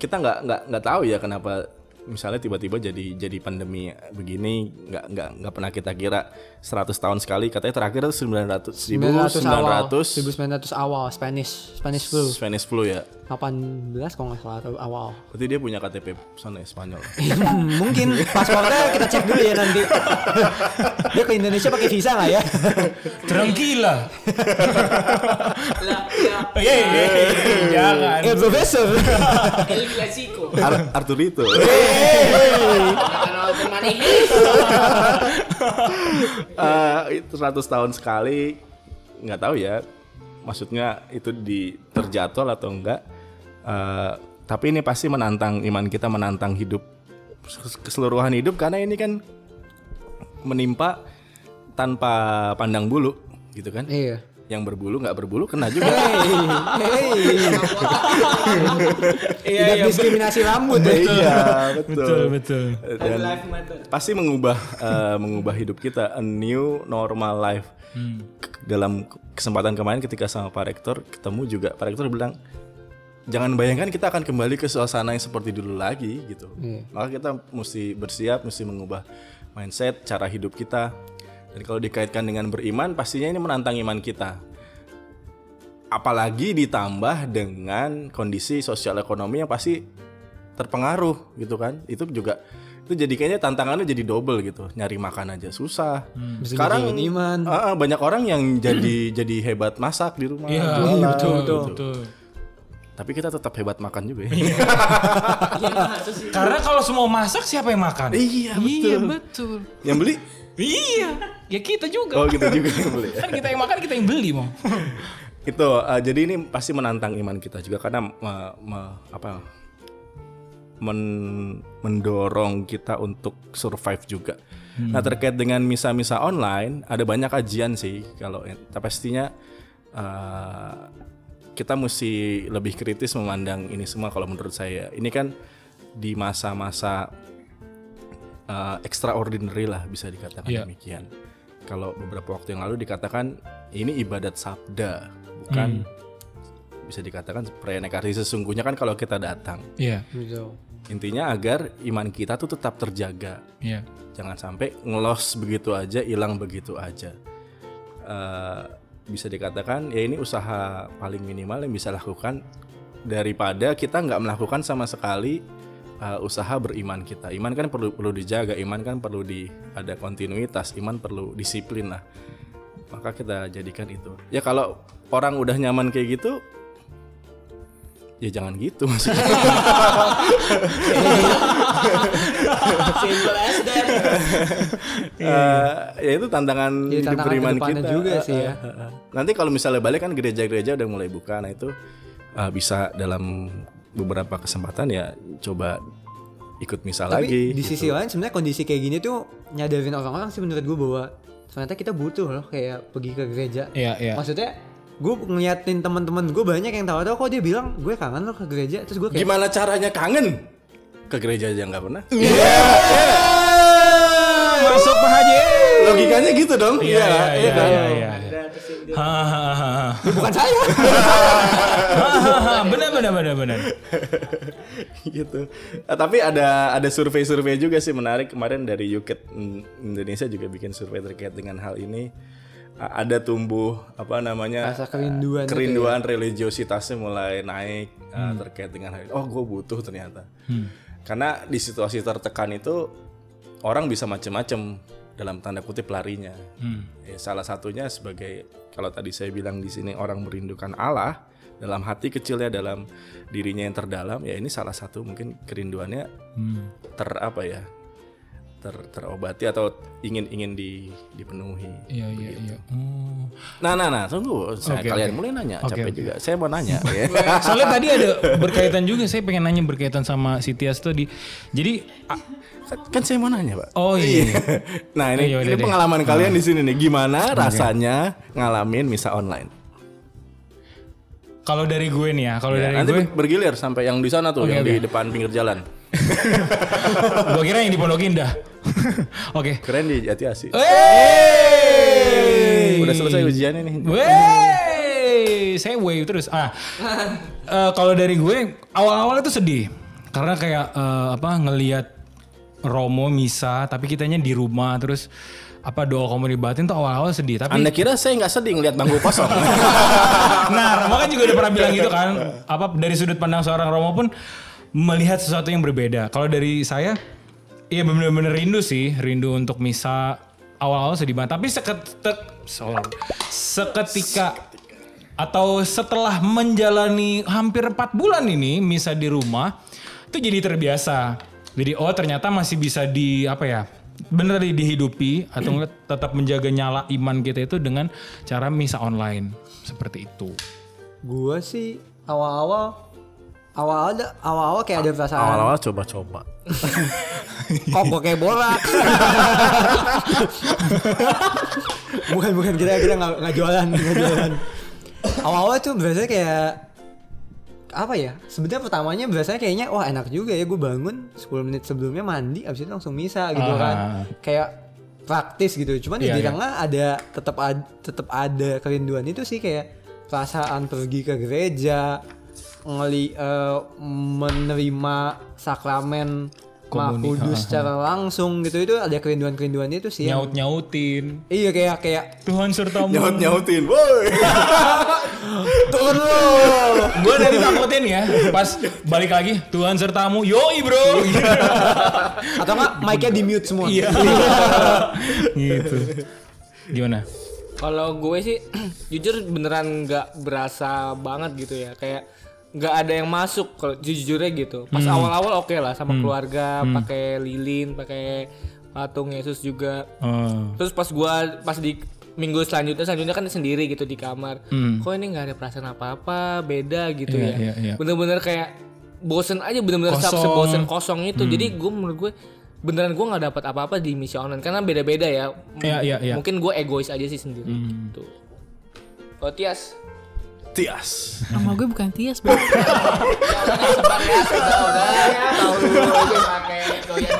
Speaker 3: kita nggak nggak nggak tahu ya kenapa misalnya tiba-tiba jadi jadi pandemi begini nggak nggak nggak pernah kita kira 100 tahun sekali katanya terakhir itu 900
Speaker 2: 1900 awal,
Speaker 3: 1900
Speaker 2: 1900 awal Spanish, Spanish flu.
Speaker 3: Spanish flu ya
Speaker 2: 18 kalau nggak salah atau awal.
Speaker 3: berarti dia punya KTP sana ya, Spanyol
Speaker 2: Mungkin paspornya kita cek dulu ya nanti. Dia ke Indonesia pakai visa nggak ya?
Speaker 1: Tranquila.
Speaker 4: Lah, lah.
Speaker 1: Yeay,
Speaker 3: Kan
Speaker 1: jangan.
Speaker 2: Eh profesor.
Speaker 4: El Clasico.
Speaker 3: Ar- Arturito
Speaker 4: Kalau teman ini.
Speaker 3: Eh, itu 100 tahun sekali nggak tahu ya maksudnya itu di terjadwal atau enggak Eh, tapi ini pasti menantang iman kita menantang hidup keseluruhan hidup karena ini kan menimpa tanpa pandang bulu gitu kan
Speaker 2: Iya.
Speaker 3: yang berbulu nggak berbulu kena juga
Speaker 2: Hey, hey.
Speaker 1: Iya,
Speaker 2: Tidak
Speaker 1: iya.
Speaker 2: diskriminasi rambut ya.
Speaker 3: iya
Speaker 1: Betul, betul.
Speaker 3: dan pasti mengubah eh, mengubah hidup kita a new normal life
Speaker 1: Hmm.
Speaker 3: K- dalam kesempatan kemarin ketika sama Pak Rektor ketemu juga Pak Rektor bilang jangan bayangkan kita akan kembali ke suasana yang seperti dulu lagi gitu. Maka kita mesti bersiap, mesti mengubah mindset, cara hidup kita. Dan kalau dikaitkan dengan beriman, pastinya ini menantang iman kita. Apalagi ditambah dengan kondisi sosial ekonomi yang pasti terpengaruh gitu kan. Itu juga itu jadi kayaknya tantangannya jadi double gitu. Nyari makan aja susah.
Speaker 2: Bisa
Speaker 3: Sekarang
Speaker 2: dijadiin iman.
Speaker 3: Ah, ah, banyak orang yang jadi jadi hebat masak di rumah.
Speaker 1: Iya,
Speaker 3: jualan,
Speaker 2: betul,
Speaker 3: gitu.
Speaker 1: Betul.
Speaker 3: Tapi kita tetap hebat makan juga ya.
Speaker 1: Karena kalau semua masak siapa yang makan?
Speaker 3: iya,
Speaker 5: Iya betul.
Speaker 3: Yang beli?
Speaker 1: Iya. Ya kita juga.
Speaker 3: Oh, gitu juga yang beli.
Speaker 1: Kan kita yang makan, kita yang beli, Bang.
Speaker 3: Itu eh, jadi ini pasti menantang iman kita juga karena me- me- apa men- mendorong kita untuk survive juga. Nah, terkait dengan misa-misa online, ada banyak kajian sih kalau tapi pastinya eh, kita mesti lebih kritis memandang ini semua kalau menurut saya. Ini kan di masa-masa eh, extraordinary lah bisa dikatakan
Speaker 1: Iya.
Speaker 3: demikian. Kalau beberapa waktu yang lalu dikatakan ini ibadat sabda, bukan bisa dikatakan perayaan Ekaristi sesungguhnya kan kalau kita datang.
Speaker 1: Iya.
Speaker 2: Betul.
Speaker 3: Intinya agar iman kita tuh tetap terjaga.
Speaker 1: Iya.
Speaker 3: Jangan sampai ngelos begitu aja, hilang begitu aja. Eh, bisa dikatakan ya ini usaha paling minimal yang bisa lakukan daripada kita nggak melakukan sama sekali eh, usaha beriman kita. Iman kan perlu perlu dijaga, iman kan perlu di ada kontinuitas, iman perlu disiplin lah. Maka kita jadikan itu. Ya kalau orang udah nyaman kayak gitu, ya jangan gitu maksudnya.
Speaker 4: Simple as that.
Speaker 3: Eh, ya itu tantangan
Speaker 2: Jadi
Speaker 3: hidup
Speaker 2: Iya, tantangan
Speaker 3: beriman
Speaker 2: kedepannya
Speaker 3: kita
Speaker 2: juga sih ya.
Speaker 3: Eh, eh, eh. nanti kalau misalnya balik kan gereja-gereja udah mulai buka nah itu eh, bisa dalam beberapa kesempatan ya coba ikut misa lagi
Speaker 2: Tapi di
Speaker 3: gitu.
Speaker 2: sisi lain sebenarnya kondisi kayak gini tuh nyadarin orang-orang sih menurut gue bahwa ternyata kita butuh loh kayak pergi ke gereja.
Speaker 1: Iya, iya.
Speaker 2: Maksudnya gue ngeliatin teman-teman gue banyak yang tahu-tahu kok dia bilang gue kangen loh ke gereja terus gue kayak
Speaker 3: gimana caranya kangen ke gereja aja nggak pernah
Speaker 1: Iya.
Speaker 3: Iya.
Speaker 1: Masuk Pak Haji.
Speaker 3: logikanya gitu dong
Speaker 1: Iya,
Speaker 3: Iya,
Speaker 1: iya,
Speaker 3: kan?
Speaker 1: iya, iya. Hahaha. Bukan saya. benar, benar, benar, benar.
Speaker 3: gitu Eh, tapi ada ada survei-survei juga sih menarik kemarin dari UKIT mm, Indonesia juga bikin survei terkait dengan hal ini A- ada tumbuh apa namanya
Speaker 2: Rasa
Speaker 1: gitu ya.
Speaker 2: kerinduan
Speaker 3: eh,
Speaker 2: itu
Speaker 3: kerinduan religiositasnya mulai naik eh, terkait dengan hal ini oh gue butuh ternyata karena di situasi tertekan itu orang bisa macem-macem dalam tanda kutip larinya Ya, salah satunya sebagai kalau tadi saya bilang di sini orang merindukan Allah dalam hati kecilnya dalam dirinya yang terdalam ya ini salah satu mungkin kerinduannya
Speaker 1: Hmm.
Speaker 3: ter apa ya ter terobati atau ingin ingin di dipenuhi
Speaker 1: Iya, iya, iya. Oh.
Speaker 3: nah nah nah tunggu saya
Speaker 1: Oke, oke.
Speaker 3: kalian mulai nanya
Speaker 1: Oke,
Speaker 3: capek
Speaker 1: oke.
Speaker 3: juga saya mau nanya ya.
Speaker 1: Oh. Soalnya tadi ada berkaitan juga, saya pengen nanya berkaitan sama si Tias tadi. Jadi, a-
Speaker 3: Kan- kan saya mau nanya pak
Speaker 1: oh iya.
Speaker 3: nah ini,
Speaker 1: Iya, iya,
Speaker 3: ini
Speaker 1: iya.
Speaker 3: pengalaman kalian di sini nih gimana rasanya ngalamin misa online
Speaker 1: Kalau dari gue nih ya, kalau dari
Speaker 3: nanti
Speaker 1: gue,
Speaker 3: ber- bergilir sampai yang di sana tuh
Speaker 1: Oke,
Speaker 3: yang di
Speaker 1: oke.
Speaker 3: depan pinggir jalan
Speaker 1: gue kira yang di Pondok Indah. Oke.
Speaker 3: keren di Jati Asih
Speaker 1: Wey!
Speaker 3: udah selesai ujiannya nih
Speaker 1: Wey, saya wey terus. Ah, eh, kalau dari gue awal-awal itu sedih karena kayak eh, apa ngelihat Romo misa tapi kitanya di rumah terus apa doa komuni batin tuh awal-awal sedih tapi
Speaker 3: Anda kira saya nggak sedih ngeliat bangku kosong?
Speaker 1: nah Romo kan juga udah pernah bilang gitu kan apa dari sudut pandang seorang Romo pun melihat sesuatu yang berbeda kalau dari saya iya bener-bener rindu sih rindu untuk misa awal-awal sedih banget tapi seketek sorry, seketika atau setelah menjalani hampir 4 bulan ini misa di rumah itu jadi terbiasa jadi oh ternyata masih bisa di apa ya bener di- dihidupi atau enggak tetap menjaga nyala iman kita itu dengan cara misa online seperti itu
Speaker 2: gue sih awal-awal awal-awal ada- awal-awal kayak ada perasaan
Speaker 3: Awal-awal coba-coba.
Speaker 2: kok gue kayak borak bukan bukan kita kita nggak nggak jualan nggak jualan awal-awal tuh biasanya kayak apa ya sebenarnya pertamanya biasanya kayaknya wah enak juga ya gue bangun 10 menit sebelumnya mandi abis itu langsung misa gitu
Speaker 1: Ah.
Speaker 2: kan kayak praktis gitu cuman
Speaker 1: Iya,
Speaker 2: di
Speaker 1: iya.
Speaker 2: tengah ada tetap ad, tetap ada kerinduan itu sih kayak perasaan pergi ke gereja ngeli eh, menerima sakramen Maha
Speaker 1: Komuni,
Speaker 2: Kudus secara langsung gitu itu ada kerinduan-kerinduan itu sih. yang-
Speaker 1: nyaut nyautin
Speaker 2: Iya kayak kayak
Speaker 1: Tuhan sertamu
Speaker 3: nyaut nyautin woi
Speaker 2: turun lu.
Speaker 1: gue dari takutin ya pas balik lagi Tuhan sertamu yoi bro
Speaker 2: Atau enggak mic-nya di mute semua.
Speaker 1: iya gitu gimana
Speaker 4: Kalau gue sih jujur beneran nggak berasa banget gitu ya kayak nggak ada yang masuk kalau jujurnya gitu pas
Speaker 3: Hmm.
Speaker 4: awal-awal oke lah sama keluarga pakai lilin pakai patung Yesus juga
Speaker 1: Oh.
Speaker 4: terus pas gua pas di minggu selanjutnya selanjutnya kan sendiri gitu di kamar kok ini nggak ada perasaan apa-apa beda gitu
Speaker 1: Hmm. Iya,
Speaker 4: ya
Speaker 1: iya, iya.
Speaker 4: bener-bener kayak bosen aja bener-bener
Speaker 1: Kosong. Hmm.
Speaker 4: sebosen kosong itu jadi gue menurut gue beneran gue nggak dapat apa-apa di misi online karena beda-beda ya M-
Speaker 1: Iya, iya, Hmm. iya.
Speaker 4: mungkin gue egois aja sih sendiri tuh oh Tias
Speaker 3: tias
Speaker 5: Nama gue bukan Tias, Bro.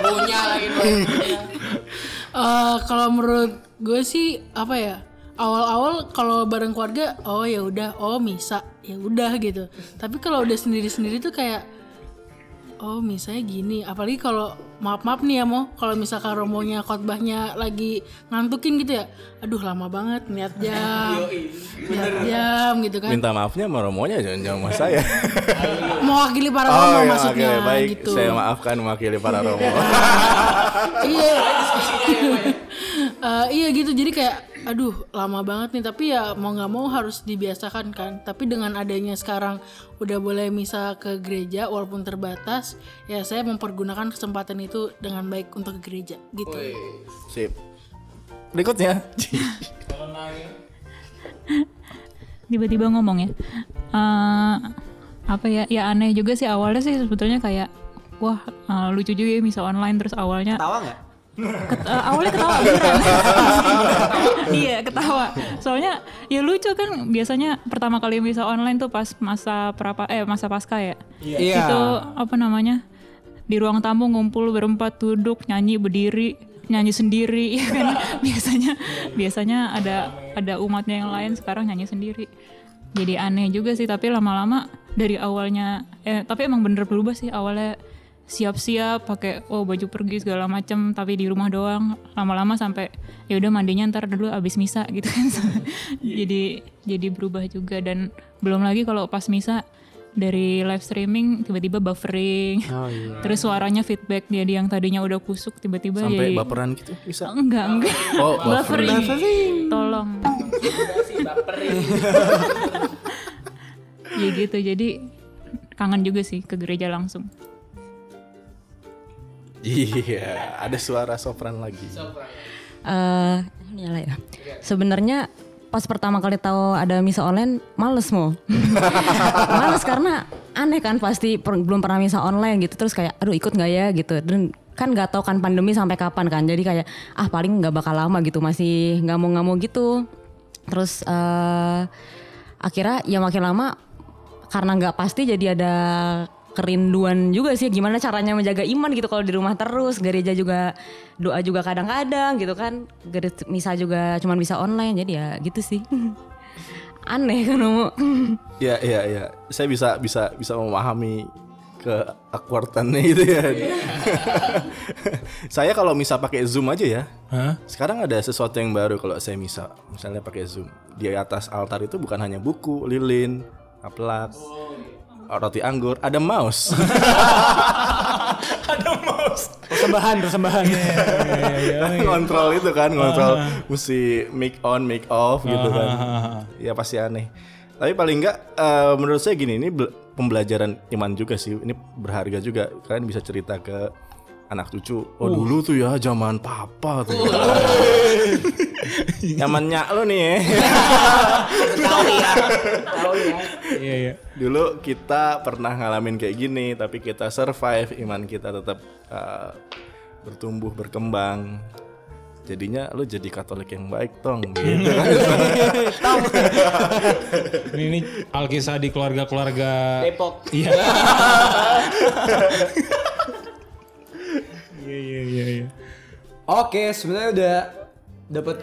Speaker 4: punya lagi
Speaker 5: Eh, kalau menurut gue sih apa ya? Awal-awal kalau bareng keluarga, oh ya udah, oh misa, ya udah gitu. Tapi kalau udah sendiri-sendiri tuh kayak oh misalnya gini, apalagi kalau maaf-maaf nih ya mau kalau misalkan romonya khotbahnya lagi ngantukin gitu ya. Aduh lama banget niat jam. niat jam gitu kan.
Speaker 3: minta maafnya sama romonya jangan jangan sama saya
Speaker 5: Mewakili para romo
Speaker 3: iya,
Speaker 5: maksudnya
Speaker 3: oke, baik
Speaker 5: gitu.
Speaker 3: saya maafkan mewakili para romo
Speaker 5: iya Eh, iya gitu jadi kayak aduh lama banget nih tapi ya mau nggak mau harus dibiasakan kan tapi dengan adanya sekarang udah boleh misa ke gereja walaupun terbatas ya saya mempergunakan kesempatan itu dengan baik untuk ke gereja gitu
Speaker 3: sip berikutnya
Speaker 6: tiba-tiba ngomong ya Eh, apa ya ya aneh juga sih awalnya sih sebetulnya kayak wah eh, lucu juga ya misa online terus awalnya
Speaker 2: Tawa enggak?
Speaker 6: Ket- eh, awalnya ketawa beneran iya ketawa soalnya ya lucu kan biasanya pertama kali bisa online tuh pas masa prapa eh masa pasca ya
Speaker 2: Iya.
Speaker 6: itu apa namanya di ruang tamu ngumpul berempat duduk nyanyi berdiri nyanyi sendiri ya kan biasanya biasanya ada ada umatnya yang lain sekarang nyanyi sendiri jadi aneh juga sih tapi lama-lama dari awalnya eh tapi emang bener berubah sih awalnya siap-siap pakai oh baju pergi segala macam tapi di rumah doang lama-lama sampai ya udah mandinya ntar dulu abis misa gitu kan jadi jadi berubah juga dan belum lagi kalau pas misa dari live streaming tiba-tiba buffering
Speaker 3: Oh, iya.
Speaker 6: terus suaranya feedback jadi yang tadinya udah kusuk tiba-tiba
Speaker 3: sampai
Speaker 6: jadi
Speaker 3: baperan gitu bisa
Speaker 6: enggak enggak
Speaker 3: oh
Speaker 6: buffering.
Speaker 3: buffering
Speaker 6: tolong ya gitu jadi kangen juga sih ke gereja langsung
Speaker 3: iya ada suara sopran lagi
Speaker 7: Eh, nyala ya. Sebenarnya pas pertama kali tahu ada misa online, males mau. males karena aneh kan pasti per- belum pernah misa online gitu. Terus kayak aduh ikut nggak ya gitu. Dan kan nggak tahu kan pandemi sampai kapan kan. Jadi kayak ah paling nggak bakal lama gitu. Masih nggak mau nggak mau gitu. Terus eh akhirnya ya makin lama karena nggak pasti jadi ada kerinduan juga sih gimana caranya menjaga iman gitu kalau di rumah terus gereja juga doa juga kadang-kadang gitu kan gereja misa juga cuman bisa online jadi ya gitu sih aneh kan Omo?
Speaker 3: Iya iya iya. Saya bisa bisa bisa memahami ke awkwardannya itu ya. saya kalau misa pakai Zoom aja ya.
Speaker 1: Hah?
Speaker 3: Sekarang ada sesuatu yang baru kalau saya misa, misalnya pakai Zoom. Di atas altar itu bukan hanya buku, lilin, aplak, roti anggur, ada mouse.
Speaker 2: Persembahan, persembahan.
Speaker 1: Iya,
Speaker 3: ngontrol itu kan, ngontrol mesti make on, make off gitu kan.
Speaker 1: Ah, ah, ah.
Speaker 3: ya pasti aneh. Tapi paling enggak eh, menurut saya gini ini bel- pembelajaran iman juga sih. Ini berharga juga. Kalian bisa cerita ke anak cucu.
Speaker 1: Uh.
Speaker 3: Oh dulu tuh ya zaman papa tuh. ya." Zamannya lo nih. ya.
Speaker 1: iya iya
Speaker 3: Dulu kita pernah ngalamin kayak gini, tapi kita survive, iman kita tetap eh, bertumbuh berkembang. Jadinya lu jadi Katolik yang baik, tong. Gitu kan.
Speaker 1: ini, ini alkisah di keluarga keluarga
Speaker 4: Depok
Speaker 1: iya iya iya iya iya
Speaker 2: Oke, sebenarnya udah dapat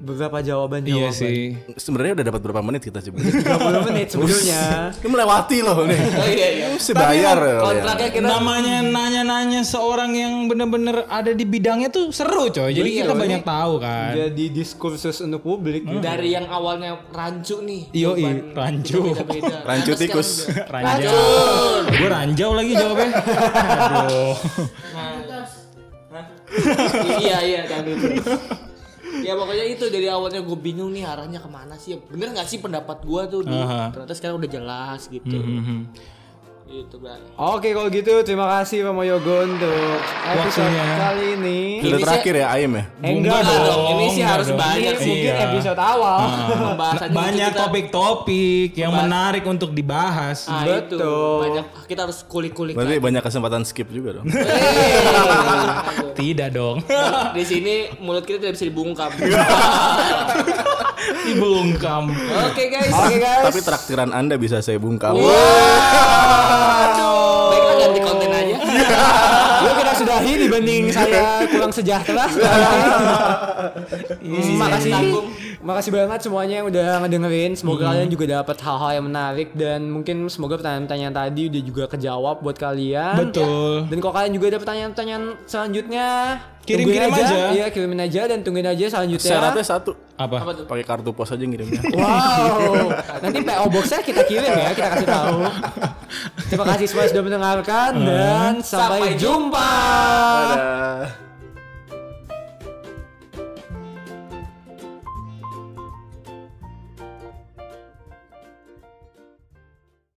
Speaker 2: beberapa jawaban
Speaker 1: Iya
Speaker 2: jawaban.
Speaker 1: sih.
Speaker 3: Sebenarnya udah dapat berapa menit kita sebenarnya?
Speaker 2: 30 menit sebetulnya.
Speaker 3: Ini melewati loh nih.
Speaker 4: Oh iya iya.
Speaker 3: Mesti bayar ya,
Speaker 4: Tapi
Speaker 3: loh.
Speaker 4: kontraknya kita
Speaker 1: Namanya nanya-nanya seorang yang bener-bener ada di bidangnya tuh seru coy. Jadi
Speaker 4: Iya,
Speaker 1: kita banyak tahu kan.
Speaker 2: Jadi diskursus untuk publik.
Speaker 1: Hmm.
Speaker 2: gitu.
Speaker 4: dari yang awalnya rancu nih.
Speaker 1: Yoi,
Speaker 4: jawaban
Speaker 1: rancu.
Speaker 4: itu beda-beda.
Speaker 3: Rancu
Speaker 4: Ternyata
Speaker 3: tikus.
Speaker 4: sekarang udah-
Speaker 1: Ranjau. Gue ranjau lagi jawabnya. Aduh.
Speaker 4: Nah, iya iya kan gitu. Ya pokoknya itu dari awalnya gue bingung nih arahnya kemana sih. Bener gak sih pendapat gue tuh? dulu?
Speaker 1: Aha. Hmm,
Speaker 4: Ternyata sekarang udah jelas gitu. Gitu kan.
Speaker 2: Oke kalau gitu terima kasih Pak Moyogo untuk episode
Speaker 1: Waktunya.
Speaker 2: kali ini.
Speaker 3: Sudah
Speaker 4: Ini
Speaker 3: terakhir ya Aim ya?
Speaker 2: Eh, enggak
Speaker 4: Enggak dong,
Speaker 1: dong,
Speaker 4: ini sih
Speaker 1: enggak
Speaker 4: harus
Speaker 1: dong.
Speaker 4: banyak
Speaker 2: Ini
Speaker 4: sih.
Speaker 2: mungkin
Speaker 1: Iya.
Speaker 2: episode awal.
Speaker 4: Pembahasannya
Speaker 1: Banyak
Speaker 4: Ah, kita-
Speaker 1: topik-topik yang menarik untuk dibahas.
Speaker 4: Ah, itu
Speaker 2: Betul.
Speaker 4: banyak kita harus kulik-kulik.
Speaker 3: Berarti banyak kesempatan skip juga dong.
Speaker 1: Tidak dong.
Speaker 4: Di sini mulut kita tidak bisa dibungkam.
Speaker 1: Dibungkam.
Speaker 4: Oke guys.
Speaker 2: Oke guys.
Speaker 3: Tapi traktiran Anda bisa saya bungkam.
Speaker 4: Baiklah ganti konten aja.
Speaker 2: Yuk kita sudahi dibanding saya kurang sejahtera.
Speaker 4: Sisa
Speaker 2: Makasih.
Speaker 4: tanggung.
Speaker 2: Makasih banget semuanya yang udah ngedengerin. Semoga kalian juga dapat hal-hal yang menarik dan mungkin semoga pertanyaan-pertanyaan tadi udah juga kejawab buat kalian.
Speaker 1: Betul.
Speaker 2: Dan kalau kalian juga ada pertanyaan-pertanyaan selanjutnya,
Speaker 1: Kirim-kirim
Speaker 2: tungguin
Speaker 1: aja.
Speaker 2: Iya, kirimin aja dan tungguin aja selanjutnya.
Speaker 3: Syaratnya satu.
Speaker 1: Apa?
Speaker 4: ya? Apa tuh?
Speaker 3: Pakai kartu pos aja ngirimnya.
Speaker 2: Wow. Nanti PO Box-nya kita kirim ya, kita kasih tahu. Terima kasih semua sudah mendengarkan dan sampai,
Speaker 4: Sampai
Speaker 2: jumpa.
Speaker 3: Dadah.